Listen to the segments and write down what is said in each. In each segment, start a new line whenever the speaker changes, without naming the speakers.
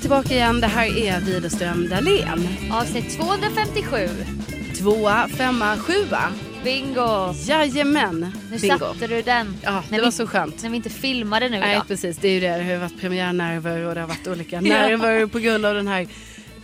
tillbaka igen. Det här är Widerström Dahlén.
Avsnitt 257.
Tvåa, femma, sjua.
Bingo!
Jajamän.
Nu
Bingo.
satte du den.
Ja, det
när
var
vi,
så skönt.
När vi inte filmade nu
Nej,
idag.
precis. Det är ju det. Det har ju varit premiärnerver och det har varit olika nerver på grund av den här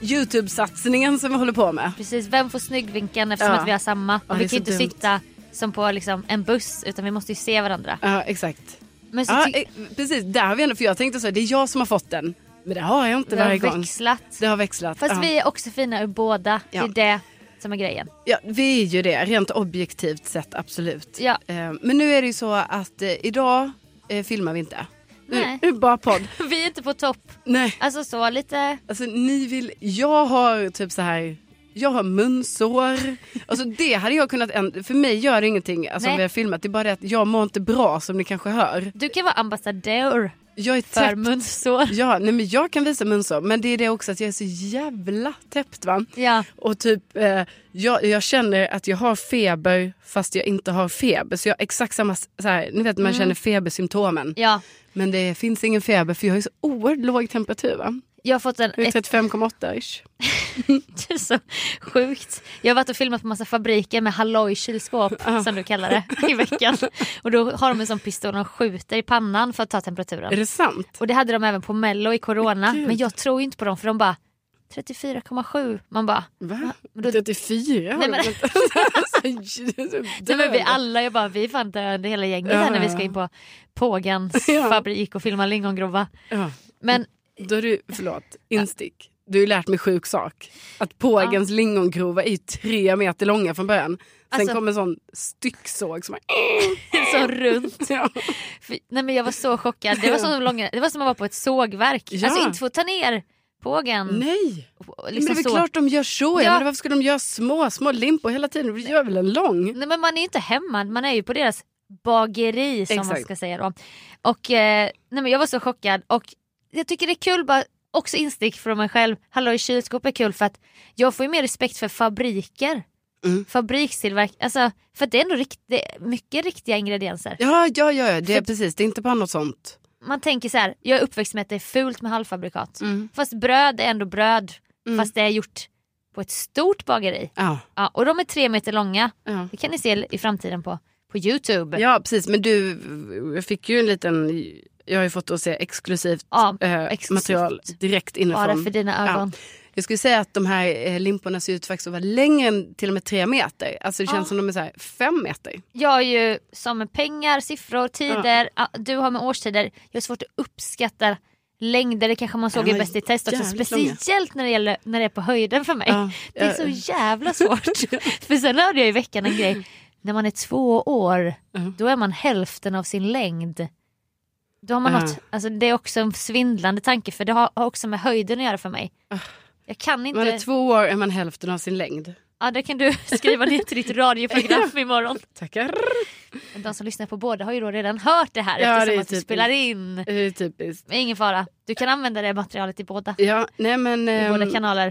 YouTube-satsningen som vi håller på med.
Precis, vem får snyggvinkeln eftersom
Ja.
att vi har samma?
Ja,
Och
det
vi
är
kan ju
så
inte
dumt.
sitta som på liksom en buss utan vi måste ju se varandra.
Ja, exakt.
Men så
Ja,
ty-
eh, precis. Där har vi ändå, för jag tänkte så här, det är jag som har fått den. Men det har jag inte
det
varje
har
gång.
växlat.
Det har växlat.
Fast
ja.
vi är också fina ur båda.
Ja.
Det är det som är grejen.
Ja, vi är ju det. Rent objektivt sett, absolut.
Ja.
Eh, Men nu är det ju så att eh, idag eh, filmar vi inte.
Nej.
Nu, nu bara podd.
Vi är inte på topp.
Nej,
Alltså så lite...
alltså ni vill... Jag har typ så här... Jag har munsår. Alltså det hade jag kunnat ändra. För mig gör det ingenting alltså, om
Nej.
vi har filmat. Det är bara det att jag mår inte bra som ni kanske hör.
Du kan vara ambassadör
Jag är
för
täppt.
munsår.
Ja, nej men jag kan visa munsår. Men det är det också att jag är så jävla täppt va.
Ja.
Och typ, eh, jag, jag känner att jag har feber fast jag inte har feber. Så jag har exakt samma, s- så här, ni vet
Mm.
man känner febersymptomen.
ja.
Men det finns ingen feber för jag har ju så oerhört låg temperatur. Va?
Jag har fått en,
Jag är
ett
35,8 ish.
Det är så sjukt. Jag har varit och filmat på massa fabriker med halloj-kylskåp som du kallar det i veckan. Och då har de en sån pistol och skjuter i pannan för att ta
Är
temperaturen.
det sant?
Och det hade de även på mello i corona.
Gud.
Men jag tror ju inte på dem för de bara 34,7. Man bara,
Va?
men då-
34 har
Nej, men-
du Alltså, men...
nej men vi alla, jag bara vi är fan döende hela gänget här när vi ska in på Pågans
Ja.
fabrik och filma lingongrova.
ja,
Men
Då är du, förlåt, instick. Du har ju lärt mig sjuk sak. Att pågens lingongrova är ju tre meter långa från början. Sen
Alltså-
kommer en sån stycksåg som...
så runt.
Ja.
Fy- Nej men jag var så chockad. Det var, så långa, det var som att vara på ett sågverk.
Ja.
Alltså inte få ta ner pågen.
Nej!
och
Men det är
Mm. Liksom
väl
så.
klart de gör så. Ja.
Ja.
Men varför skulle de göra små, små limpor hela tiden? De gör väl en lång?
Nej men man är ju inte hemma, man är ju på deras bageri som man
Exakt.
ska säga då. Och eh, nej men jag var så chockad och jag tycker det är kul bara också instick från mig själv, hallå i kylskåp är kul för att jag får ju mer respekt för fabriker.
Mm.
Fabrikstillverk, alltså för att det är ändå rikt, det är mycket riktiga ingredienser.
Ja, ja, ja. Det är
För-
precis. Det är inte bara något sånt.
Man tänker så här, jag är uppväxt med att det är fult med halvfabrikat.
Mm.
Fast bröd är ändå bröd,
Mm.
fast det är gjort på ett stort bageri.
Ja.
Ja, och de är tre meter långa,
Ja.
det kan ni se i framtiden på, på Youtube.
ja, precis. Men du, jag fick ju en liten... Jag har ju fått att se exklusivt,
Ja,
eh,
exklusivt.
material direkt
Bara
inifrån.
för dina ögon.
Jag skulle säga att de här eh, limporna ser ut faktiskt att vara längre än till och med tre meter. Alltså det känns
Ja.
som de är så här fem meter.
Jag är ju som med pengar, siffror, tider, ah, du har med årstider. Jag har svårt att uppskatta längder, det kanske man såg
Ja,
i Bäst i test också.
jävligt
Speciellt när det, gäller, när det är på höjden för mig.
Ja,
Det är
ja.
så jävla svårt. för sen hörde jag i veckan en grej, när man är två år
Ja.
då är man hälften av sin längd. Då har man
Ja.
något, alltså det är också en svindlande tanke för det har, har också med höjden att göra för mig. Jag kan inte...
Ah. Man är två år är man hälften av sin längd.
Ja, det kan du skriva ner till ditt radioprogram imorgon.
Tackar.
De som lyssnar på båda har ju då redan hört det här
Ja,
eftersom
det är
att du
typ-
spelar in.
Det är typiskt.
Men ingen fara, du kan använda det materialet i båda,
Ja, nej men...
i båda
ehm,
kanaler.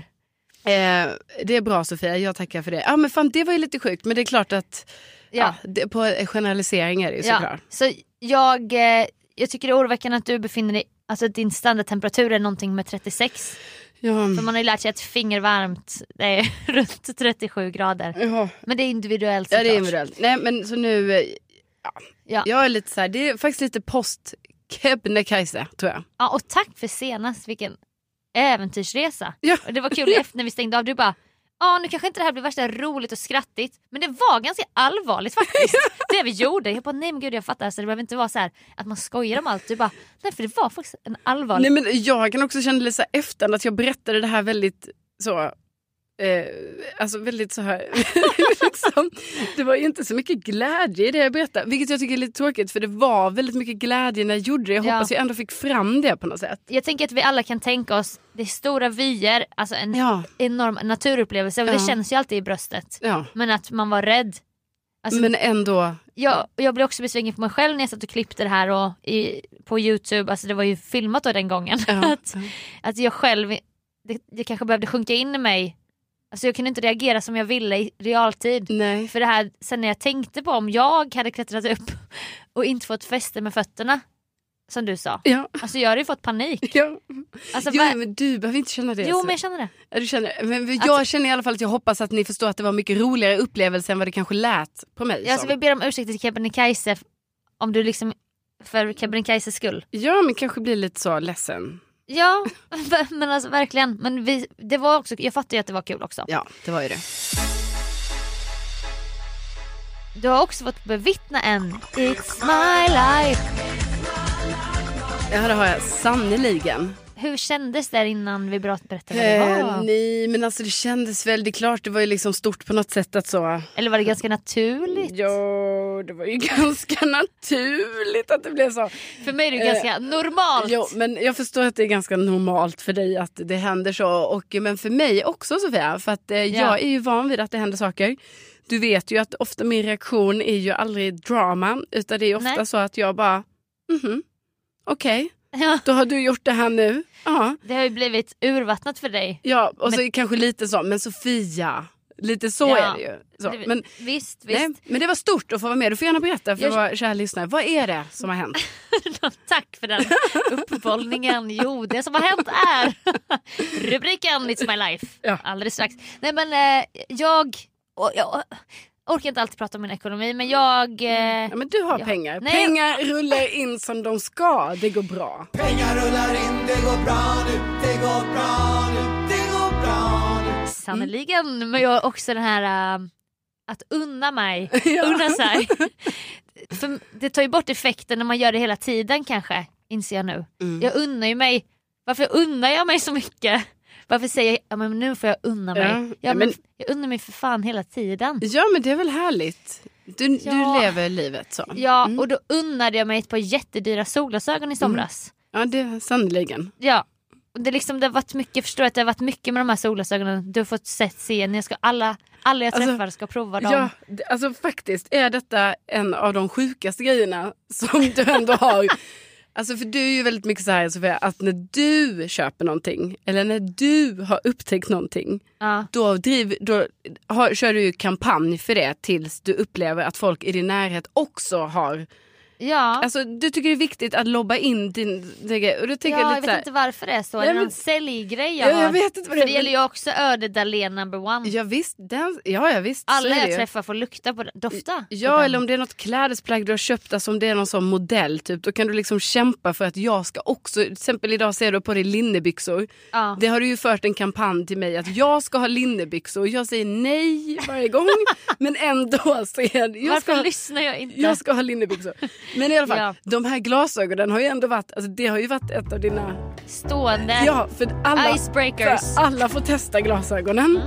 Eh, det är bra Sofia, jag tackar för det. Ja men fan det var ju lite sjukt men det är klart att ja.
Ja.
det, på eh, generalisering är det ju
Ja.
såklart.
Så jag, eh, jag tycker det är oroväckande att du befinner dig, alltså att din standardtemperatur är någonting med 36.
Ja.
För man har ju lärt sig att fingervarmt det är runt 37 grader.
Ja.
Men det är individuellt
ja det är
såklart.
individuellt. Nej men så nu, eh,
Ja.
jag är lite så här, det är faktiskt lite post Kebnekaise tror jag.
Ja, och tack för senast, vilken äventyrsresa.
Ja.
Och det var kul efter när vi stängde av, du bara Ja nu kanske inte det här blir värsta roligt och skrattigt men det var ganska allvarligt faktiskt det vi gjorde. Jag bara nej men gud jag fattar så det behöver inte vara så här att man skojar om allt. Du bara nej för det var faktiskt en allvarlig...
Nej men jag kan också känna lite så här efterhand att jag berättade det här väldigt så Eh, alltså väldigt så här, liksom, det var ju inte så mycket glädje i det jag berättade. Vilket jag tycker är lite tråkigt för det var väldigt mycket glädje när jag gjorde det. Jag
Ja.
hoppas jag ändå fick fram det på något sätt.
Jag tänker att vi alla kan tänka oss det är stora vyer, alltså en
Ja,
enorm naturupplevelse och det
Ja.
känns ju alltid i bröstet.
ja.
Men att man var rädd. Alltså,
men ändå.
jag, och jag blev också besviken på mig själv när jag satt och klippte det här och i, på Youtube, alltså det var ju filmat då den gången.
Ja,
att, att Alltså, jag själv, det, det kanske behövde sjunka in i mig. Alltså jag kunde inte reagera som jag ville i realtid.
nej.
För det här, sen när jag tänkte på om jag hade klättrat upp och inte fått fäste med fötterna som du sa.
Ja,
Alltså jag hade ju fått panik.
ja.
Alltså,
Jo,
vad-
men du behöver inte känna det.
jo
alltså.
men jag känner det.
Ja, Du känner, men jag känner i alla fall att jag hoppas att ni förstår att det var en mycket roligare upplevelse än vad det kanske lät på mig.
Jag
som.
vill be Alltså, om ursäkt till Kebnekaise om du liksom för Kebnekaises skull.
Ja, men kanske blir lite så ledsen.
Ja men alltså verkligen. Men vi, det var också, jag fattar ju att det var kul också.
Ja, det var ju det.
Du har också fått bevittna en It's my life.
Ja, det har jag sannerligen.
Hur kändes det innan vi bra- berättade vad det
Eh,
var?
nej, men alltså det kändes väl, det är klart det var ju liksom stort på något sätt att så.
Eller var det ganska naturligt?
Jo, det var ju ganska naturligt att det blev så.
För mig är det ju
eh,
ganska normalt.
Jo, men jag förstår att det är ganska normalt för dig att det händer så. Och, men för mig också Sofia, för att eh, jag är ju van vid att det händer saker. Du vet ju att ofta min reaktion är ju aldrig drama, utan det är ofta
Nej.
så att jag bara, mhm, okej,
Ja,
då har du gjort det här nu. Ja,
det har ju blivit urvattnat för dig.
ja och så kanske lite så, men Sofia, lite så
Ja.
är det ju. Så.
Det-
Men,
Visst, visst.
nej, men det var stort att få vara med, du får gärna berätta för
Jag-
våra kära lyssnare, vad är det som har hänt?
Tack för den uppbollningen. Jo, det som har hänt är rubriken It's my life.
Ja.
Alldeles strax. Nej men eh, jag, och, jag orkar inte alltid prata om min ekonomi men jag... Eh,
Ja, men du har
Ja.
pengar.
Nej.
Pengar rullar in som de ska. Det går bra.
Pengar rullar in, det går bra nu, det går bra nu, det går bra nu.
Sannerligen. Men jag har också den här eh, att unna mig.
Ja.
Unna sig. För det tar ju bort effekten när man gör det hela tiden kanske, inser jag nu.
Mm.
Jag unnar ju mig, varför unnar jag mig så mycket? Varför säger jag, ja, men nu får jag unna mig.
Ja,
Ja,
ja,
men,
men- Mm.
jag unnar mig för fan hela tiden.
Ja, men det är väl härligt. Du,
Ja.
du lever livet så.
Ja och då unnade jag mig ett par jättedyra solglasögon i somras.
Ja, det sannerligen.
Ja. Och Det, är liksom, det har varit mycket, jag förstår att det har varit mycket med de här solglasögonen. Du har fått sett, se, när jag ska, alla, alla jag
Alltså,
träffar ska prova dem.
Ja, det- alltså faktiskt är detta en av de sjukaste grejerna som du ändå har. Alltså för du är ju väldigt mycket så här Sofia, att när du köper någonting eller när du har upptäckt någonting
Ja.
då, driv, då har, kör du ju kampanj för det tills du upplever att folk i din närhet också har
Ja.
Alltså, du tycker det är viktigt att lobba in din... din grej. Och då tänker
ja,
jag lite
jag vet
så här,
inte varför det är så.
Nej,
Är det
men-
någon säljgrej
Ja,
jag
jag
har?
vet inte vad det är,
För det gäller
men-
ju också Öde Dahlén number one.
Ja, visst, den, ja, ja, visst så
Mm. Alla
är det
jag
ju.
träffar får lukta på den, dofta. på
Ja,
den.
eller om det är något klädesplagg du har köpt, alltså om det är någon sån modell, typ, då kan du liksom kämpa för att jag ska också... Till exempel idag ser du på dig linnebyxor.
ja.
Det har du ju fört en kampanj till mig att jag ska ha linnebyxor. Jag säger nej varje gång, men ändå så är det... Jag
Varför
ska, ha-
lyssnar jag inte?
jag ska ha linnebyxor. Men i alla fall,
Ja.
de här glasögonen har ju ändå varit... Alltså, det har ju varit ett av dina...
Stående.
Ja, för alla...
Icebreakers.
För alla får testa glasögonen.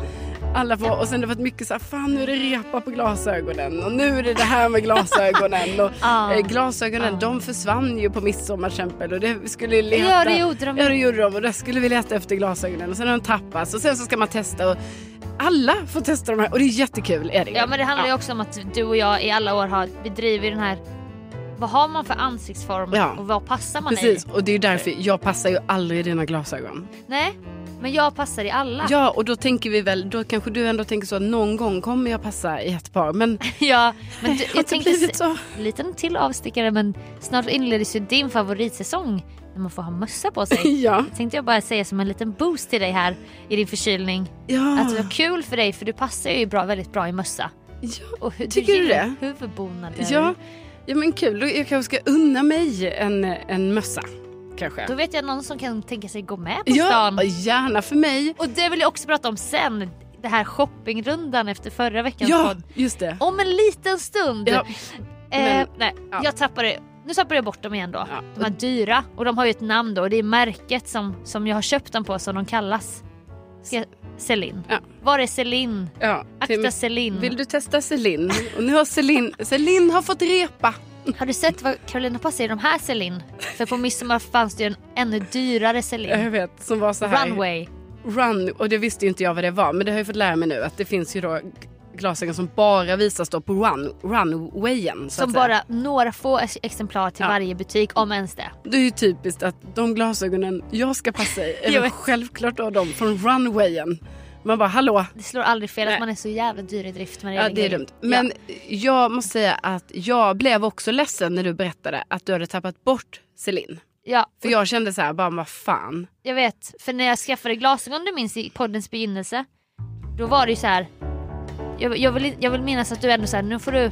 Alla får, och sen det har varit mycket så här, fan nu är det repa på glasögonen och nu är det det här med glasögonen. Och,
Ah.
eh, glasögonen de försvann ju på midsommar till exempel och det vi skulle ju leta.
Ja, det gjorde de.
Ja det gjorde de och där skulle vi leta efter glasögonen och sen har de tappats och sen så ska man testa och alla får testa de här och det är jättekul är det ju.
Ja men det handlar ju också om att du och jag i alla år har bedrivit den här vad har man för ansiktsform
Ja.
och vad passar man
Precis
i?
och det är därför jag passar ju aldrig i dina glasögon.
Nej, men jag passar i alla.
Ja och då tänker vi väl, då kanske du ändå tänker så att någon gång kommer jag passa i ett par men
Ja, men du,
har
jag
inte
tänkte
blivit
se,
så.
liten till avstickare men snart inleds ju din favoritsäsong när man får ha mössa på sig.
Ja.
Tänkte jag bara säga som en liten boost till dig här i din förkylning.
ja.
Att det var kul för dig för du passar ju bra, väldigt bra i mössa.
Ja,
Och hur,
Tycker du
gillar
det?
Huvudbonader.
ja, ja men kul. Då- Jag kanske ska unna mig en, en mössa. Kanske.
Då vet jag någon som kan tänka sig gå med på stan.
Ja, gärna för mig.
Och det vill jag också prata om sen. Det här shoppingrundan efter förra veckans
Ja,
podd.
just det.
Om en liten stund.
Ja,
eh,
men-
nej,
ja.
jag tappade, nu tappade jag bort dem igen då.
Ja.
De här dyra. Och de har ju ett namn då. Och det är märket som, som jag har köpt dem på som de kallas. Ska jag, Celine.
Ja.
Var är Celine?
Ja,
Akta
Tim, Mm.
Celine.
vill du testa Celine? Och nu har Celine, Celine har fått repa.
Har du sett vad Carolina passar i de här Celine? För på midsommar fanns det ju en ännu dyrare Celine.
Jag vet, som var så här.
Runway.
Run. Och det visste ju inte jag vad det var. Men det har jag fått lära mig nu att det finns ju då glasögon som bara visas då på run, runwayen. Så
Som
att säga.
bara några få ex- exemplar till
Ja.
varje butik, om ens det.
Det är ju typiskt att de glasögonen jag ska passa i är
Jag
väl
vet.
självklart då de från runwayen. Man bara hallå.
Det slår aldrig fel
Nej.
att man är så jävla dyr i drift med
Ja, det är dumt. Men jag måste säga att jag blev också ledsen när du berättade att du hade tappat bort Celine.
Ja,
För jag kände så här, bara vad fan.
Jag vet, för när jag skaffade glasögon du minns i poddens begynnelse, då var det ju så här. Jag, jag, vill, jag vill minnas att du ändå så här, nu får du,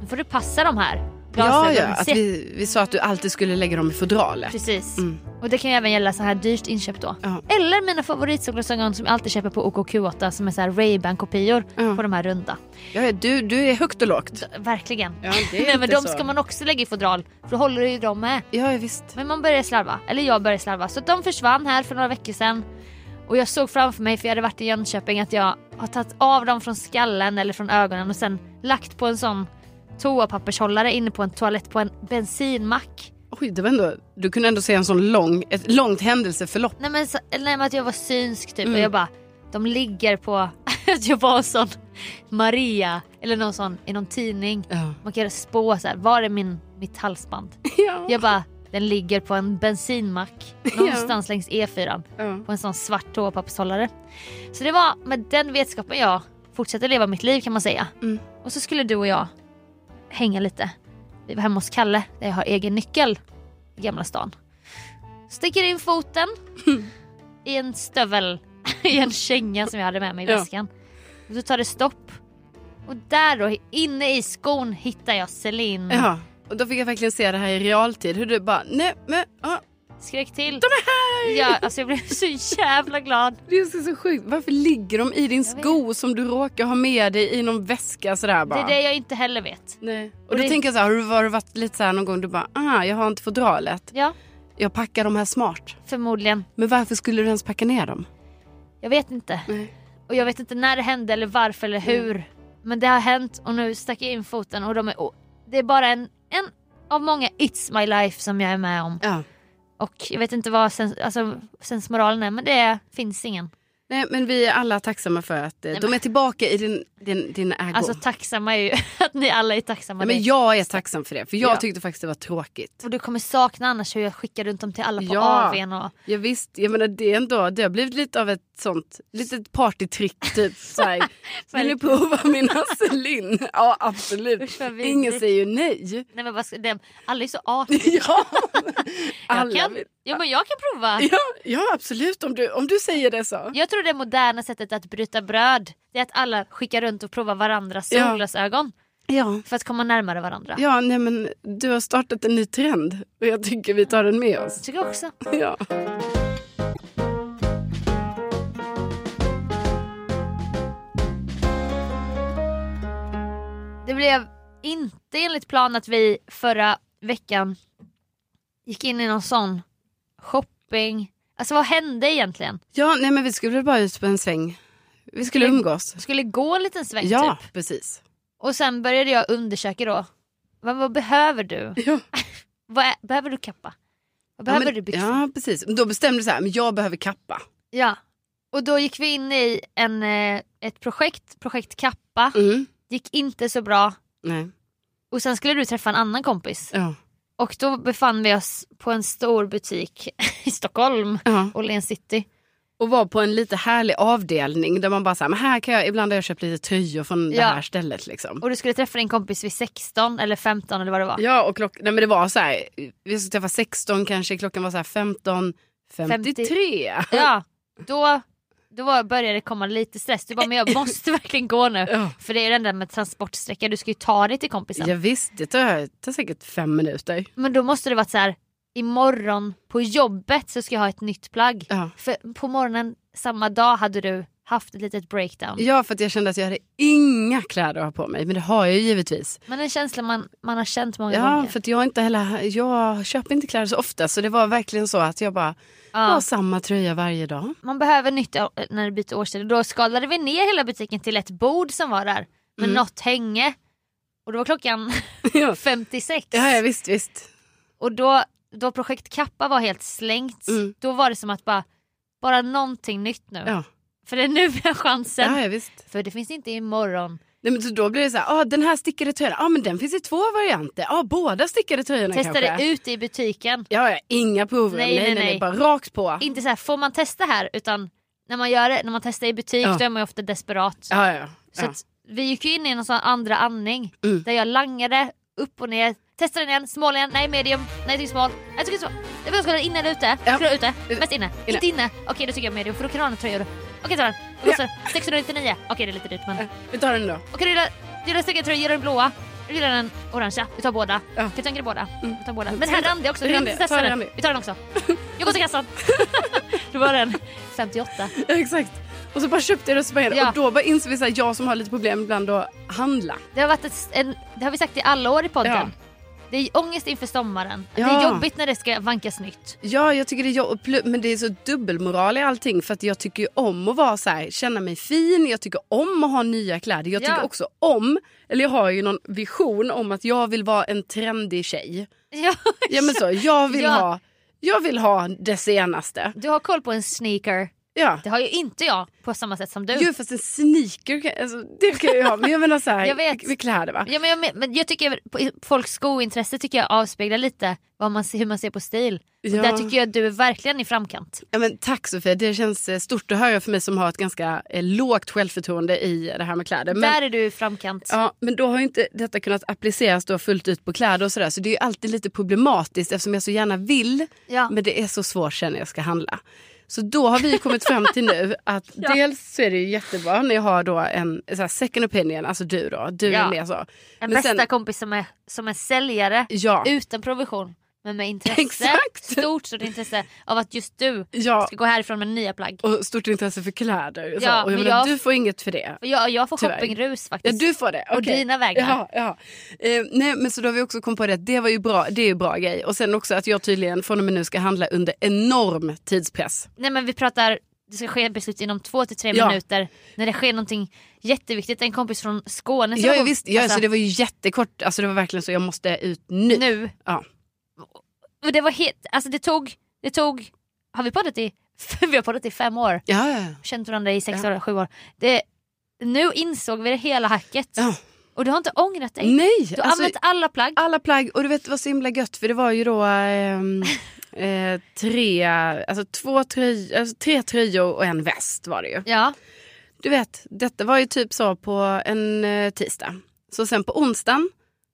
nu får du passa de här
Ja,
glasögonen.
ja, att
Se-
vi, vi sa att du alltid skulle lägga dem i fodralet.
Precis.
Mm.
Och det kan ju även gälla så här dyrt inköp då.
Ja.
Eller mina favoritsolglasögon som jag alltid köper på OKQ8 som är så här Ray-Ban kopior
Ja.
på de här runda.
Ja, ja, du, du är högt och lågt.
Verkligen.
Ja, det är
Nej men
inte
de
så.
ska man också lägga i fodral för då håller ju de med.
Ja, ja, visst.
Men man började slarva, eller jag började slarva. Så att de försvann här för några veckor sedan. Och jag såg framför mig, för jag hade varit i Jönköping, att jag har tagit av dem från skallen eller från ögonen och sen lagt på en sån toapappershållare inne på en toalett på en bensinmack.
Oj, det var ändå, du kunde ändå se en sån lång, ett långt händelseförlopp.
Nej men, så, eller nej, men att jag var synsk typ
Mm.
och jag bara, de ligger på att jag var en sån Maria eller någon sån i någon tidning.
Ja.
Man kan spå så här, var är min, mitt halsband?
Ja.
Jag bara, den ligger på en bensinmack någonstans längs E E4. på en sån svart toapappershållare. Så det var med den vetskapen jag fortsatte leva mitt liv kan man säga.
Mm.
Och så skulle du och jag hänga lite. Vi var hemma hos Kalle där jag har egen nyckel i Gamla stan. Sticker in foten i en stövel, i en känga som jag hade med mig i
Ja.
väskan. Och så tar det stopp. Och där då, inne i skon hittar jag Celine.
ja. Och då fick jag verkligen se det här i realtid. Hur du bara, nej men, ja.
Skrek till. De är här! Ja, alltså jag blev så jävla glad.
det är så, så sjukt. Varför ligger de i din
Jag vet.
sko som du råkar ha med dig i någon väska sådär
Det
bara?
är det jag inte heller vet.
Nej. Och
Och
då
det-
tänker jag så här, har du har du varit lite så här någon gång, du bara, ah, jag har inte fodralet.
Ja,
Jag packar de här smart.
förmodligen.
Men varför skulle du ens packa ner dem?
Jag vet inte.
Nej. Mm.
Och jag vet inte när det hände eller varför eller hur. Men det har hänt och nu stack jag in foten och de är... Och det är bara en, en av många It's My Life som jag är med om.
Ja.
Och jag vet inte vad sens, alltså, sensmoralen är men det är, finns ingen.
Nej, men vi är alla tacksamma för att eh,
Nej,
de
men-
är tillbaka i din, din, din ägo.
Alltså tacksamma är ju att ni alla är tacksamma.
Nej, men
Det-
jag är tacksam för det, för jag
Ja.
tyckte faktiskt det var tråkigt.
Och du kommer sakna annars hur jag skickar runt dem till alla på
Ja.
AWn och...
Ja, visst, jag menar det, är ändå, det har blivit lite av ett sånt litet partytrick. Typ, så här, vill ni prova min Vaseline? Ja, absolut.
Usch, vad vidrigt.
Ingen säger ju nej.
Nej men vad ska... det- Alla är så artiga.
Ja,
Jag
alla
kan...
vill.
Ja men jag kan prova.
Ja, ja absolut, om du, om du säger det så.
Jag tror det moderna sättet att bryta bröd det är att alla skickar runt och provar varandras
Ja.
solglasögon
Ja.
för att komma närmare varandra.
Ja, nej men du har startat en ny trend och jag tycker vi tar den med oss.
Tycker jag också.
Ja.
Det blev inte enligt plan att vi förra veckan gick in i någon sån shopping. Alltså vad hände egentligen?
Ja, nej men vi skulle väl bara ut på en sväng. Vi skulle umgås.
Jag skulle gå en liten sväng
Ja,
typ.
precis.
Och sen började jag undersöka då. Vad, vad behöver du?
Ja.
Vad är, behöver du kappa? Vad behöver
ja, men,
du byxor?
Ja, precis. Då bestämde du så här, men jag behöver kappa.
Ja. Och då gick vi in i en, eh, ett projekt, projekt kappa.
Mm.
Gick inte så bra.
Nej.
Och sen skulle du träffa en annan kompis.
Ja.
Och då befann vi oss på en stor butik i Stockholm.
ja.
Åhléns city.
Och var på en lite härlig avdelning där man bara så här, men här kan jag, ibland har jag köpt lite tröjor från det
Ja.
här stället liksom.
Och du skulle träffa din kompis vid 16 eller 15 eller vad det var.
Ja, och klock, nej men det var så här, vi skulle träffa 16 kanske, klockan var så här 15, 53.
Ja. Då, då var, började det komma lite stress. Du bara, men jag måste verkligen gå nu.
Ja.
För det är ju den där med transportsträcka, du ska ju ta dig till kompisen.
Ja, visst, det tar, tar säkert fem minuter.
Men då måste det varit så här, imorgon på jobbet så ska jag ha ett nytt plagg.
Ja.
För på morgonen samma dag hade du haft ett litet breakdown.
Ja, för att jag kände att jag hade inga kläder att ha på mig, men det har jag ju givetvis.
Men en känsla man, man har känt många
Ja,
gånger.
för att jag inte heller, jag köper inte kläder så ofta så det var verkligen så att jag bara, jag har
Ja.
samma tröja varje dag.
Man behöver nytt å- när det byter årstid. Och Då skalade vi ner hela butiken till ett bord som var där med
Mm.
något hänge. Och då var klockan
Ja,
56.
ja ja, visst, visst.
Och då, då projekt Kappa var helt slängt,
Mm.
då var det som att bara, bara någonting nytt nu.
Ja,
För det är nu vi har chansen.
ja, ja visst.
För det finns inte imorgon.
Nej, men så då blir det så här, ah, den här stickade tröjan, ah, men den finns i två varianter. Ah, båda stickade tröjorna
Testa
kanske.
det ute i butiken.
Ja, ja, inga prover.
Nej, nej, nej.
Bara rakt på.
Inte så här, får man testa här? Utan när man gör det, när man testar i butik
Ja.
då är man ju ofta desperat.
Ja, ja,
Så
ja.
att, vi gick ju in i någon sån andra andning
Mm.
där jag langade upp och ner, testade den igen, smal igen, nej medium, nej till smal. Jag tycker smal. Jag vet inte om jag skulle ha inne eller ute.
Ja. Eh,
Ja. Skulle ha ute? Mest inne.
Inne.
Inte inne. Okej då tycker jag medium för då kan du ha en tröja. Okej ta den. Då kostar den 699. Okej det är lite dyrt men.
Ja, Vi tar den då.
Okej du gillar, du gillar stycken tröjor, gillar den blåa. Du gillar den orangea. Vi tar båda.
Ja.
Kan jag tänka dig båda?
Mm.
Vi tar båda. Men här rann det också. Vi
Rann
kan inte
det.
testa
Ta
den.
rann det.
Vi tar den också. Jag går till kassan. det var den. 58.
Ja, exakt. Och så bara köpte jag det och så började
Ja.
Och då bara insåg vi så här, jag som har lite problem ibland att handla.
Det har, varit ett, en, det har vi sagt i alla år i podden.
Ja.
Det är ångest inför sommaren. Det är
Ja.
jobbigt när det ska vankas nytt.
Ja, jag tycker det är jobbigt. Men det är så dubbelmoral i allting. För att jag tycker ju om att vara så här, känna mig fin. Jag tycker om att ha nya kläder. Jag
Ja.
tycker också om, eller jag har ju någon vision om att jag vill vara en trendig tjej.
Ja.
Ja men så, jag vill
Ja.
ha jag vill ha det senaste.
Du har koll på en sneaker.
Ja.
Det har ju inte jag på samma sätt som du.
Jo fast en sneaker, kan- alltså, det kan jag ju ha. Men jag menar så här,
Jag vet.
med kläder va?
Ja, men jag, men- men jag tycker på- folks skointresse tycker jag avspeglar lite vad man, ser- hur man ser på stil.
Ja.
Där tycker jag att du är verkligen i framkant.
Ja, men tack Sofia, det känns eh, stort att höra för mig som har ett ganska eh, lågt självförtroende i det här med kläder. Men,
Där är du i framkant.
ja, men då har ju inte detta kunnat appliceras då fullt ut på kläder och sådär. Så det är ju alltid lite problematiskt eftersom jag så gärna vill
Ja.
men det är så svårt sen när jag ska handla. Så då har vi kommit fram till nu att
Ja.
dels så är det ju jättebra när jag har då en så här, second opinion, alltså du då, du
Ja.
är med så.
En
men
bästa Mm.
sen-
kompis som är, som är säljare
Ja,
utan provision men med intresse.
Exakt.
Stort, stort intresse av att just du
ja
ska gå härifrån med nya plagg.
och stort intresse för kläder. Så.
Ja,
och jag
men
menar,
jag-
Du får inget för det.
Och Jag, jag får
Tyvärr.
shoppingrus
Ja,
faktiskt.
du får det.
På
Okej.
dina vägnar.
Ja, ja. Eh, nej, men så då har vi också kommit på det att det var ju bra, det är ju bra grej. Och sen också att jag tydligen från och med nu ska handla under enorm tidspress.
Nej men vi pratar, det ska ske ett beslut inom två till tre
Ja.
minuter. När det sker någonting jätteviktigt. En kompis från Skåne som
Ja,
kom-
visst, ja,
alltså,
så det var ju jättekort, alltså det var verkligen så jag måste ut nu.
nu.
Ja.
Och det var helt, alltså det tog, det tog, har vi poddat i, vi har poddat i fem år.
Ja, ja, ja.
Känt varandra i sex
Ja.
år, sju år. Det, nu insåg vi det hela hacket.
Ja.
Och du har inte ångrat dig.
Nej,
Du har
alltså,
använt alla plagg.
alla plagg och du vet det var så himla gött för det var ju då ehm, eh, tre, alltså två tröjor, alltså, tre tröjor och en väst var det ju.
Ja,
Du vet, detta var ju typ så på en eh, tisdag. Så sen på onsdagen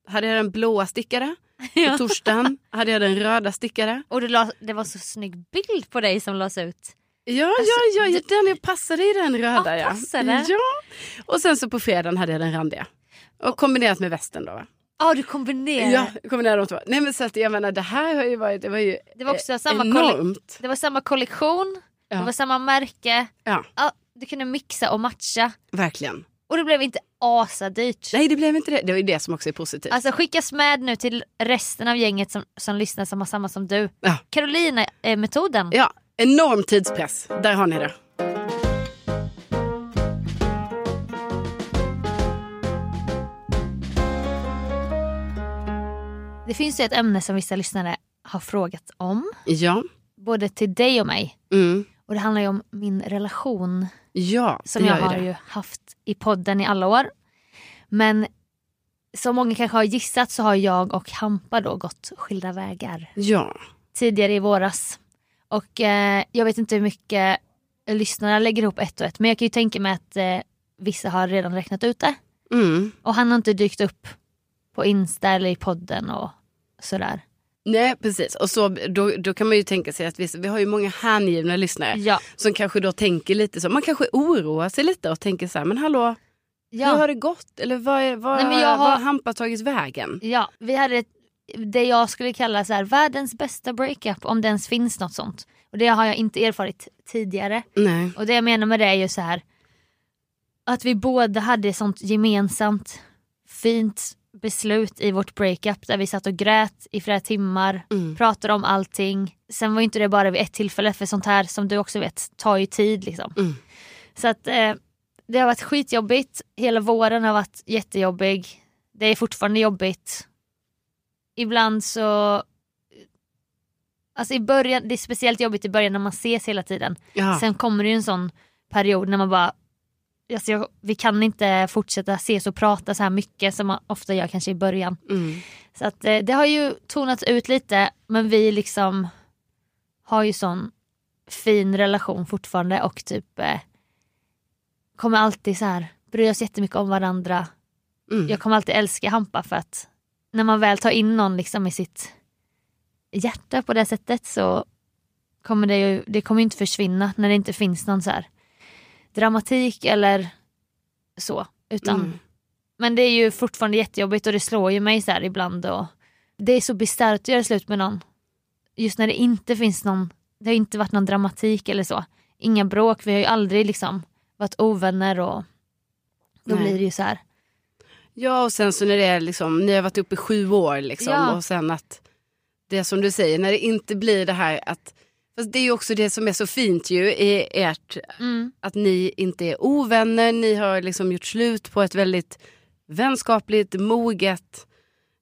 hade jag den blåa stickare. På
Ja.
torsdagen hade jag den röda stickare.
och det, la, det var så snygg bild på dig som lades ut.
Ja, ja, ja, ja den jag passade i den röda.
Ja,
ja.
Alltså, Ah, passade.
ja. Och sen så på fredagen hade jag den randiga. Och kombinerat med västen då. Va?
Ja, du kombinerade.
Ja, kombinerat de två. Nej men så att jag menar det här har ju varit, det var ju
Det var också samma kolle-
eh, enormt.
Det var samma kollektion,
Ja.
det var samma märke.
Ja,
Ja, du kunde mixa och matcha.
verkligen.
Och det blev inte asadyrt.
Nej det blev inte det. Det var ju det som också är positivt.
Alltså skickas med nu till resten av gänget som, som lyssnar som har samma som du. eh,
Ja.
Carolina-metoden.
Ja, enorm tidspress. Där har ni det.
Det finns ju ett ämne som vissa lyssnare har frågat om.
Ja.
Både till dig och mig.
Mm.
Och det handlar ju om min relation
Ja,
som
det
jag
gör
har
det.
ju haft i podden i alla år. Men som många kanske har gissat så har jag och Hampa då gått skilda vägar
Ja.
tidigare i våras. Och eh, jag vet inte hur mycket lyssnarna lägger ihop ett och ett men jag kan ju tänka mig att eh, vissa har redan räknat ut det.
Mm.
Och han har inte dykt upp på Insta eller i podden och sådär.
Nej, precis. Och så, då, då kan man ju tänka sig att vi, vi har ju många hängivna lyssnare
Ja.
som kanske då tänker lite så. Man kanske oroar sig lite och tänker så här, men hallå, hur
Ja.
har det gått? Eller vad, är, vad,
Nej, men jag
har,
har-
vad har Hampa tagit vägen?
ja, vi hade ett, det jag skulle kalla så här, världens bästa breakup om det ens finns något sånt. Och det har jag inte erfarit tidigare.
Nej.
Och det jag menar med det är ju så här att vi båda hade sånt gemensamt fint beslut i vårt breakup där vi satt och grät i flera timmar,
Mm.
pratade om allting. Sen var ju inte det bara vid ett tillfälle för sånt här som du också vet tar ju tid liksom.
Mm.
Så att eh, det har varit skitjobbigt, hela våren har varit jättejobbig, det är fortfarande jobbigt. Ibland så Alltså i början, det är speciellt jobbigt i början när man ses hela tiden.
Ja.
Sen kommer det ju en sån period när man bara, alltså jag, vi kan inte fortsätta ses och prata så här mycket som man ofta gör kanske i början.
Mm.
Så att eh, det har ju tonats ut lite men vi liksom har ju sån fin relation fortfarande och typ eh, kommer alltid så här bry oss jättemycket om varandra.
Mm.
Jag kommer alltid älska Hampa för att när man väl tar in någon liksom i sitt hjärta på det sättet så kommer det ju det kommer ju inte försvinna när det inte finns någon så här dramatik eller så. Utan
Mm.
men det är ju fortfarande jättejobbigt och det slår ju mig så här ibland. Och det är så bisarrt att göra slut med någon. Just när det inte finns någon, det har inte varit någon dramatik eller så. Inga bråk, vi har ju aldrig liksom varit ovänner och då
Nej.
blir det ju så här.
Ja och sen så när det är liksom, ni har varit uppe i sju år liksom
Ja.
och sen att det som du säger, när det inte blir det här att, fast det är ju också det som är så fint ju i ert,
Mm,
att ni inte är ovänner, ni har liksom gjort slut på ett väldigt vänskapligt, moget,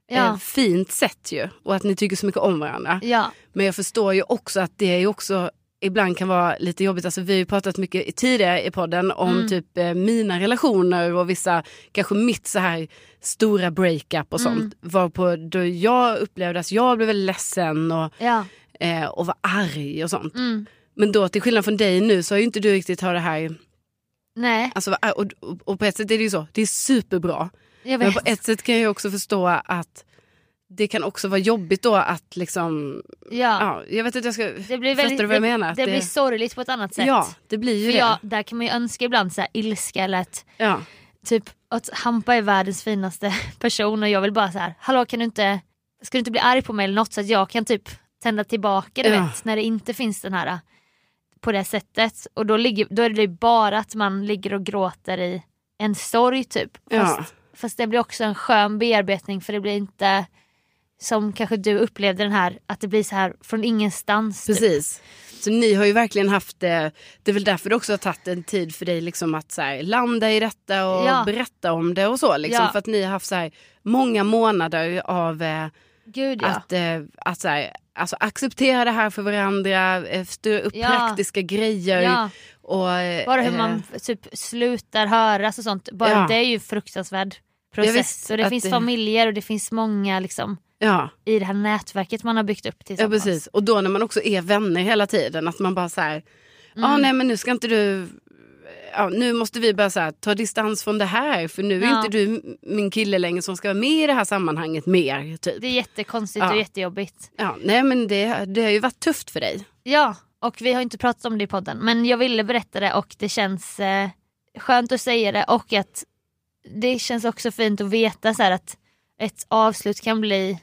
ja,
eh, fint sätt ju och att ni tycker så mycket om varandra.
ja,
Men jag förstår ju också att det är ju också ibland kan vara lite jobbigt. Alltså, vi har ju pratat mycket i- tidigare i podden om
Mm.
typ eh, mina relationer och vissa, kanske mitt så här stora breakup och
Mm.
sånt. Varpå då jag upplevde att jag blev väldigt ledsen och,
ja,
eh, och var arg och sånt.
mm,
Men då till skillnad från dig nu så har ju inte du riktigt har det här,
nej,
alltså, var arg- och, och, och på ett sätt är det ju så, det är superbra.
jag
Men
vet.
på ett sätt kan jag ju också förstå att det kan också vara jobbigt då att liksom,
ja.
ja, jag vet att jag ska...
Det blir
Fattar
väldigt,
du vad jag
det,
menar? Att
det
det-
blir sorgligt på ett annat sätt.
Ja, det blir ju
För
det.
jag, där kan man ju önska ibland så här ilska eller att
Ja.
typ att Hampa är världens finaste person och jag vill bara så här, hallå kan du inte, ska du inte bli arg på mig eller något så att jag kan typ tända tillbaka du
Ja.
vet när det inte finns den här på det sättet och då, ligger, då är det ju bara att man ligger och gråter i en sorg typ. Fast,
Ja.
fast det blir också en skön bearbetning för det blir inte som kanske du upplevde den här att det blir så här från ingenstans. Typ.
Precis. Så ni har ju verkligen haft det. Det är väl därför det också har tagit en tid för dig liksom att så här, landa i detta och
Ja.
berätta om det och så. Liksom,
Ja.
För att ni har haft så här, många månader av eh,
Gud ja.
att, eh, att så här, alltså, acceptera det här för varandra, eh, styra upp
Ja.
praktiska grejer.
ja.
Och, eh,
Bara hur
eh,
man typ slutar höras och sånt. Bara
Ja.
det är ju fruktansvärd
Ja, visst,
process. och det
att
finns
det-
familjer och det finns många liksom
ja,
i det här nätverket man har byggt upp
ja,
tillsammans.
precis. Och då när man också är vänner hela tiden, att man bara så här,
Mm.
ah, nej men nu ska inte du, ja, nu måste vi bara så här, ta distans från det här för nu är
Ja.
inte du m- min kille längre som ska vara med i det här sammanhanget mer. Typ.
Det är jättekonstigt
Ja.
och jättejobbigt.
Ja, nej men det, det har ju varit tufft för dig.
Ja, och vi har inte pratat om det i podden. Men jag ville berätta det och det känns eh, skönt att säga det och att det känns också fint att veta så här att ett avslut kan bli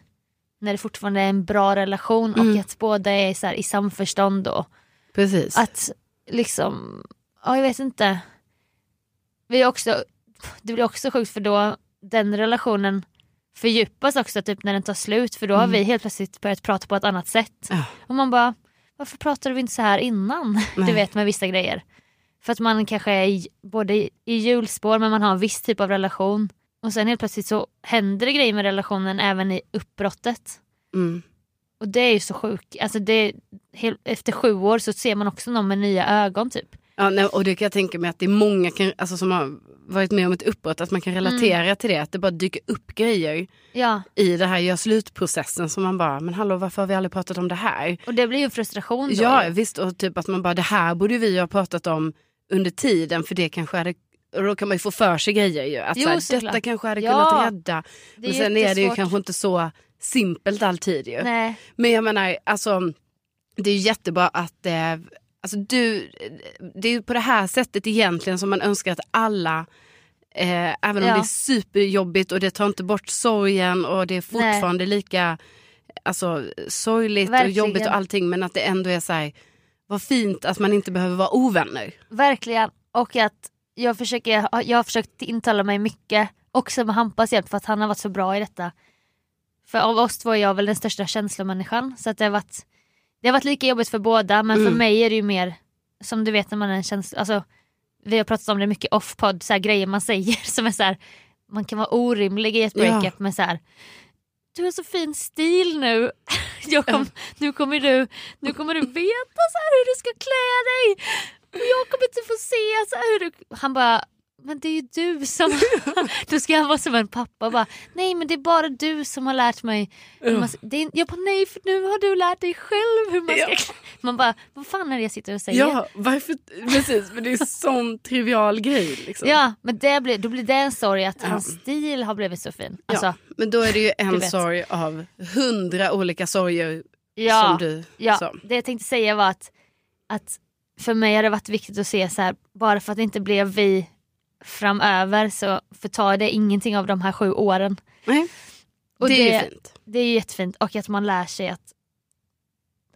när det fortfarande är en bra relation
Mm.
och att båda är så här, i samförstånd och
Precis.
Att liksom, ja jag vet inte. Vi är också, det blir också sjukt för då den relationen fördjupas också typ när den tar slut för då har
Mm.
vi helt plötsligt börjat prata på ett annat sätt.
Ja.
Och man bara, varför pratade vi inte så här innan?
Nej.
Du vet med vissa grejer. För att man kanske är i, både i i hjulspår men man har en viss typ av relation. Och sen helt plötsligt så händer det grejer med relationen även i uppbrottet.
Mm.
Och det är ju så sjukt. Alltså det, hel- efter sju år så ser man också någon med nya ögon typ.
Ja, nej, och det kan jag tänka mig att det är många kan, alltså, som har varit med om ett uppbrott, att man kan relatera
Mm.
till det, att det bara dyker upp grejer
Ja,
i det här gör slut-processen som man bara, men hallå varför har vi aldrig pratat om det här?
och det blir ju en frustration då.
Ja
ju.
visst och typ att man bara det här borde vi ha pratat om under tiden för det kanske hade och då kan man ju få för sig grejer ju. Att
Jo,
så här,
såklart.
detta kanske hade
Ja,
kunnat rädda.
Det
Men sen är det ju
jättesvårt.
kanske inte så simpelt alltid ju.
Nej,
Men jag menar alltså det är ju jättebra att eh, alltså, du, det är ju på det här sättet egentligen som man önskar att alla Eh, även om
Ja.
det är superjobbigt och det tar inte bort sorgen och det är fortfarande lika alltså, sorgligt
Verkligen.
och jobbigt och allting men att det ändå är så här, vad fint att man inte behöver vara ovänner.
verkligen. Och att jag, försöker, jag har försökt intala mig mycket. Också med Hampas hjälp för att han har varit så bra i detta. För av oss två är jag väl den största känslomänniskan. Så att det, har varit, det har varit lika jobbigt för båda men
Mm.
för mig är det ju mer som du vet när man är en känsla... Alltså, vi har pratat om det mycket off-podd, så här, grejer man säger som är så här, man kan vara orimlig i ett
Ja.
breakup men så här. Du har så fin stil nu. Jag kom, nu, kommer du, nu kommer du veta så här hur du ska klä dig. Och jag kommer inte få se så här hur du... Han bara, men det är ju du som... Då ska han vara som en pappa och bara, nej men det är bara du som har lärt mig. hur Man, det är, jag bara, nej för nu har du lärt dig själv hur man ska...
Ja.
Man bara, vad fan är det jag sitter och säger?
Ja, varför? Precis, men det är en sån trivial grej. Liksom.
Ja, men det blir, då blir det en sorg att hans stil har blivit så fin. Alltså, ja.
Men då är det ju
Du
en
vet.
sorg av hundra olika sorger
Ja,
som du sa.
det jag tänkte säga var att, att för mig har det varit viktigt att se så här, bara för att det inte blev vi framöver så förtar det ingenting av de här sju åren.
Nej.
Och
det, är
det-
ju fint.
Det är jättefint och att man lär sig att,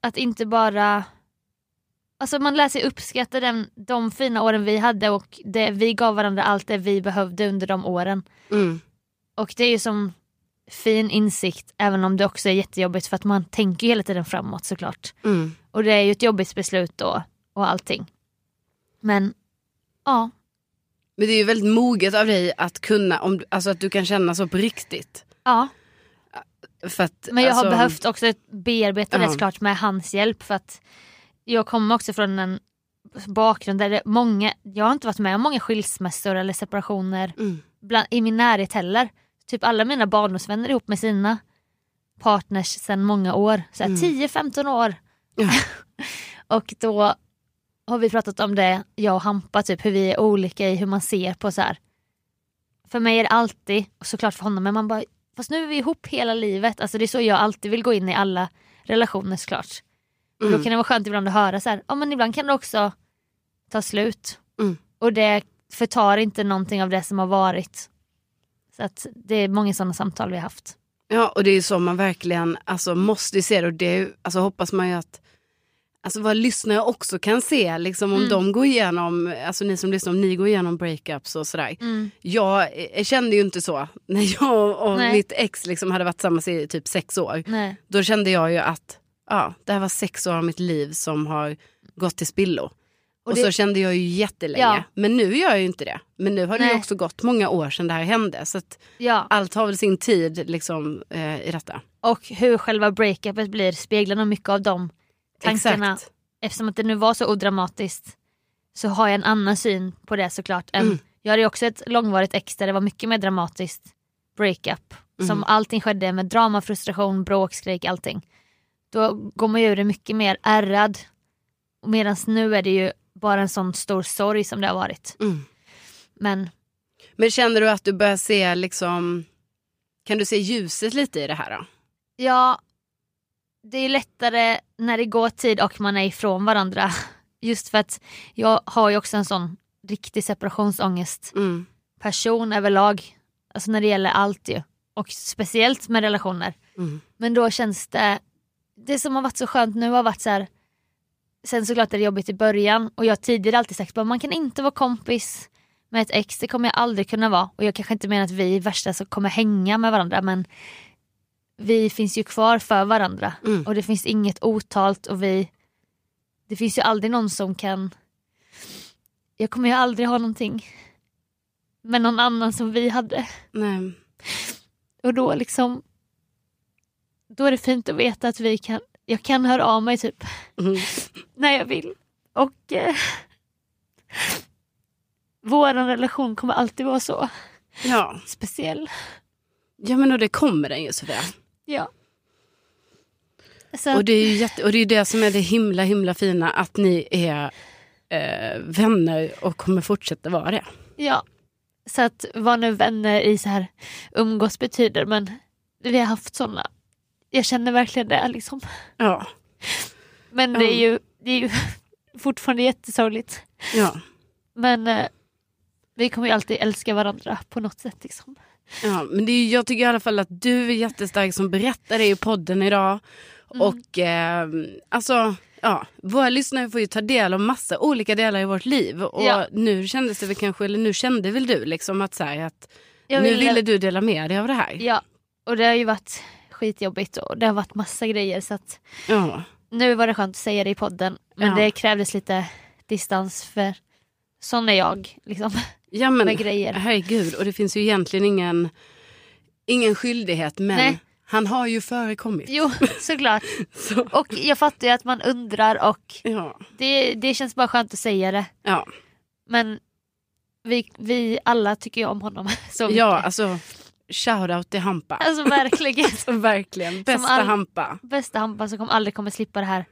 att inte bara Alltså man lär sig uppskatta den, de fina åren vi hade och det, vi gav varandra allt det vi behövde under de åren.
Mm.
Och det är ju som fin insikt även om det också är jättejobbigt för att man tänker ju hela tiden framåt såklart.
Mm.
Och det är ju ett jobbigt beslut då och allting. Men ja,
Men det är ju väldigt moget av dig att kunna, om, du- alltså att du kan känna så på riktigt.
ja.
För att,
men jag
alltså,
har behövt också bearbeta det
Ja.
såklart med hans hjälp för att jag kommer också från en bakgrund där det är många, jag har inte varit med om många skilsmässor eller separationer
Mm.
bland, i min närhet heller. Typ alla mina barndomsvänner ihop med sina partners sedan många år. Så här 10-15 år.
Ja.
och då har vi pratat om det, jag och Hampa, typ, hur vi är olika i hur man ser på så här. För mig är det alltid, och såklart för honom, men man bara, fast nu är vi ihop hela livet. Alltså det är så jag alltid vill gå in i alla relationer såklart. Och
Mm.
då kan det vara skönt ibland att höra så här, ja men ibland kan det också ta slut.
Mm.
Och det förtar inte någonting av det som har varit. Så att det är många sådana samtal vi har haft.
Ja, och det är ju så man verkligen alltså, måste ju se det. Och det är, ju- alltså, hoppas man ju att alltså, vad lyssnare också kan se. Liksom, om de går igenom, alltså ni som lyssnar, om ni går igenom breakups och sådär. Jag eh, kände ju inte så när jag och
Nej.
mitt ex liksom, hade varit tillsammans i typ sex år.
Nej.
Då kände jag ju att ja, det här var sex år av mitt liv som har gått till spillo. Och,
det-
så kände jag ju jättelänge.
Ja.
Men nu gör jag ju inte det. Men nu har det ju
Nej.
också gått många år sedan det här hände. Så att
Ja.
allt har väl sin tid liksom, eh, i detta.
Och hur själva breakupet blir speglar nog mycket av de tankarna.
Exakt.
Eftersom att det nu var så odramatiskt så har jag en annan syn på det såklart. Än, Jag hade ju också ett långvarigt ex där det var mycket mer dramatiskt breakup. Som allting skedde med drama, frustration, bråk, skrik, allting. Då går man ju ur det mycket mer ärrad. Medan nu är det ju bara en sån stor sorg som det har varit.
Mm.
Men
Men känner du att du börjar se liksom, kan du se ljuset lite i det här då?
Ja, det är lättare när det går tid och man är ifrån varandra. Just för att jag har ju också en sån riktig separationsångest
Mm.
person överlag. Alltså när det gäller allt ju. Och speciellt med relationer.
Mm.
Men då känns det, det som har varit så skönt nu har varit så här. Sen såklart är det jobbigt i början och jag har tidigare alltid sagt att man kan inte vara kompis med ett ex, det kommer jag aldrig kunna vara. Och jag kanske inte menar att vi i värsta så kommer hänga med varandra men vi finns ju kvar för varandra
Mm.
och det finns inget otalt och vi, det finns ju aldrig någon som kan, jag kommer ju aldrig ha någonting med någon annan som vi hade.
Nej.
Och då liksom, då är det fint att veta att vi kan, jag kan höra av mig typ
Mm.
när jag vill. Och eh, vår relation kommer alltid vara så
Ja.
speciell.
ja, men och det kommer den ju Sofia.
Ja. Så
Och
att,
det är ju jätte, och det, är ju det som är det himla himla fina, att ni är eh, vänner och kommer fortsätta vara det.
ja. Så att vad nu vänner i så här umgås betyder men vi har haft såna. Jag känner verkligen det liksom.
Ja.
Men det är
Mm.
ju, det är ju fortfarande jättesorgligt.
Ja.
Men eh, vi kommer ju alltid älska varandra på något sätt. Liksom.
Ja, men det är, ju- jag tycker i alla fall att du är jättestark som berättar det i podden idag.
Mm.
Och eh, alltså, ja, våra lyssnare får ju ta del av massa olika delar i vårt liv. Och
Ja.
nu kändes det väl kanske, eller nu kände väl du liksom att, så här, att
Jag
nu
ville-
ville du dela med dig av det här.
Ja, och det har ju varit skitjobbigt och det har varit massa grejer så att
Ja.
nu var det skönt att säga det i podden men
Ja.
det krävdes lite distans för sån är jag liksom.
ja men
Med grejer.
herregud, och det finns ju egentligen ingen, ingen skyldighet men
Nej.
han har ju förekommit.
Jo, såklart.
Så,
Och jag fattar ju att man undrar och
ja.
det, det känns bara skönt att säga det.
Ja.
Men vi, vi alla tycker ju om honom så mycket.
Ja, alltså shoutout till Hampa.
Alltså verkligen.
Verkligen, bästa
all-
Hampa.
Bästa Hampa som kom, aldrig alltså, kommer slippa det här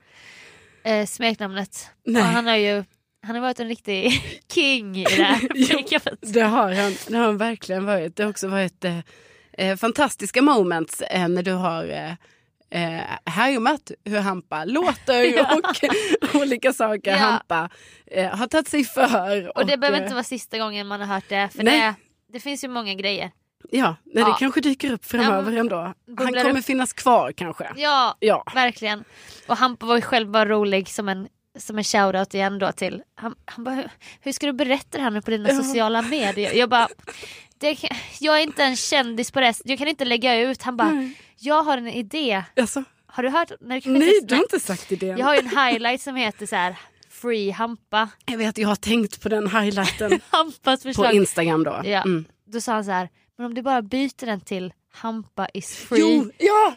eh, smeknamnet.
Nej.
Och han har ju han har varit en riktig king i det här
Jo.
breakuppet.
Det har han, det har han verkligen varit. Det har också varit eh, eh, fantastiska moments eh, när du har eh, eh, härmat hur Hampa låter
Ja.
och olika saker
Ja.
Hampa eh, har tagit sig för.
Och det behöver
eh,
inte vara sista gången man har hört det. För
Nej.
det, det finns ju många grejer.
Ja, nej, det
Ja.
kanske dyker upp framöver
Ja,
ändå.
bubblar
Han kommer
upp.
finnas kvar kanske.
Ja,
Ja,
verkligen. Och Hampa var ju själv bara rolig som en, som en shoutout igen då till. Han, han bara, "Hur- hur ska du berätta det här nu på dina
Ja.
sociala medier? Jag bara, det, kan- jag är inte en kändis på det Jag kan inte lägga ut. Han bara, jag har en idé.
alltså,
Har du hört? Nej, du kanske
nej
inte-
du har inte sagt idén.
Jag har ju en highlight som heter så här Free Hampa.
Jag vet, jag har tänkt på den highlighten
Hampas
på
förslag.
Instagram då.
Ja.
Mm.
Då sa han så här, men om du bara byter den till Hampa is free.
Jo, ja,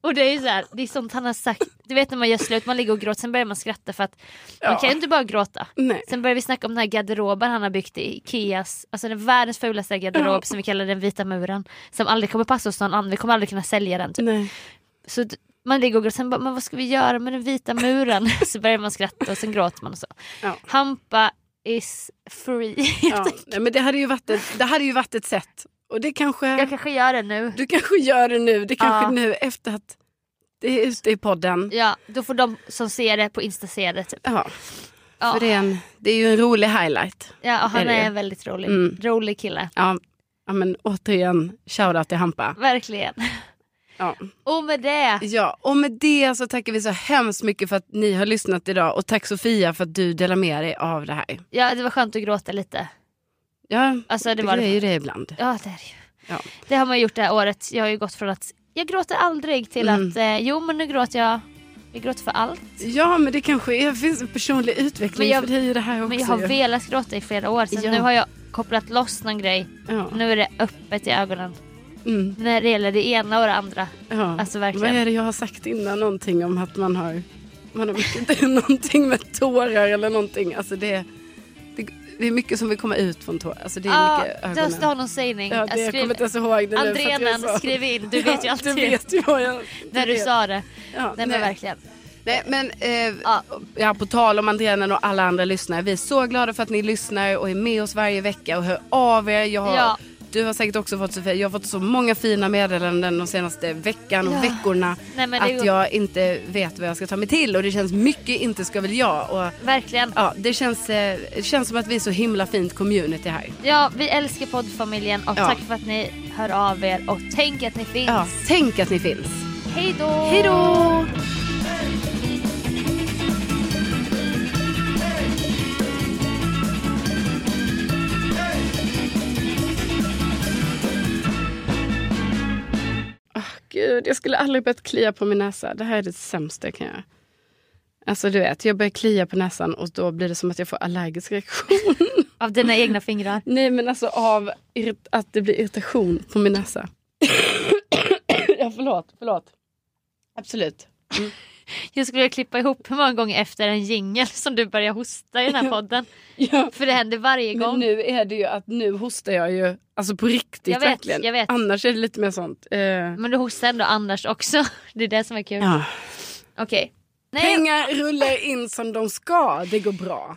Och det är ju så här, det är sånt han har sagt. Du vet när man gör slut, man ligger och gråter, sen börjar man skratta för att man
Ja.
kan ju inte bara gråta.
nej.
Sen börjar vi snacka om den här garderoben han har byggt i Ikeas, alltså den världens fulaste garderob som vi kallar den vita muren. Som aldrig kommer passa hos någon annan, vi kommer aldrig kunna sälja den. Typ.
nej.
Så d- man ligger och gråter, sen bara, men vad ska vi göra med den vita muren? så börjar man skratta och sen gråter man och så.
Ja.
Hampa is free.
Ja, nej, men det hade, ju varit ett, det hade ju varit ett sätt. Och det kanske,
Jag kanske gör det nu.
du kanske gör det nu, det kanske
Ja.
nu efter att det är ute i podden.
Ja, då får de som ser det på Insta se det. Typ.
Ja,
Ja.
för det är, en, det är ju en rolig highlight.
Ja, och
Är
han
det
är
det?
en väldigt rolig,
Mm.
rolig kille.
Ja, ja men återigen, shoutout till Hampa.
Verkligen.
Ja.
Och med det.
Ja, och med det så tackar vi så hemskt mycket för att ni har lyssnat idag och tack Sofia för att du delar med dig av det här.
Ja, det var skönt att gråta lite.
Ja,
Alltså, det
det,
var
är ju
det.
det ibland.
Ja, det är det ju.
Ja.
Det har man gjort det här året. Jag har ju gått från att jag gråter aldrig till
Mm.
att eh, jo, men nu gråter jag. Jag gråter för allt.
Ja, men det kanske är, finns en personlig utveckling
Men jag-
för dig i det här också.
Men jag har
ju.
velat gråta i flera år. Sen
Ja.
nu har jag kopplat loss någon grej.
ja.
Nu är det öppet i ögonen.
Mm,
När det gäller det ena och det andra.
ja.
Alltså
Vad
verkligen.
är det jag har sagt innan någonting om att man har, man har mycket, någonting med tårar eller någonting. Alltså det, det, det är mycket som vill komma ut från tårar. Alltså det är
Ja,
mycket
du
ögonen.
måste Ah, ha någon sägning.
ja, det, jag kommer inte ens ihåg det nu för att jag är
Andrenan,
så-
skriv in. Du vet ju
Ja,
alltid
Du vet ju vad jag...
när du
vet.
sa det.
Ja,
Nej, men verkligen.
Nej, men eh,
Ja.
ja. på tal om Andreanen och alla andra lyssnare. Vi är så glada för att ni lyssnar och är med oss varje vecka och hör av er. Jag har,
Ja.
Du har säkert också fått Sofia, jag har fått så många fina meddelanden de senaste veckan och
Ja.
veckorna.
Nej, men det är
att
ju-
jag inte vet vad jag ska ta mig till och det känns mycket inte ska väl jag. Och,
Verkligen.
ja, det, känns, eh, det känns som att vi är så himla fint community här.
Ja, vi älskar poddfamiljen och
Ja.
tack för att ni hör av er och tänk att ni finns.
Ja, tänk att ni finns.
Hej då!
Hej då! Åh, Gud, jag skulle aldrig börjat klia på min näsa. Det här är det sämsta jag kan göra. Alltså du vet, jag börjar klia på näsan och då blir det som att jag får allergisk reaktion.
Av dina egna fingrar.
Nej men alltså av irrit- att det blir irritation på min näsa. ja förlåt, förlåt. Absolut.
Jag skulle vilja klippa ihop hur många gånger efter en jingel som du börjar hosta i den här podden.
Ja.
För det händer varje
Men
gång.
nu är det ju att nu hostar jag ju alltså på riktigt
Jag vet,
verkligen.
jag vet.
Annars är det lite mer sånt. Eh,
Men du hostar ändå annars också. Det är det som är kul.
ja.
Okej. Nej,
Pengar rullar in som de ska, det går bra.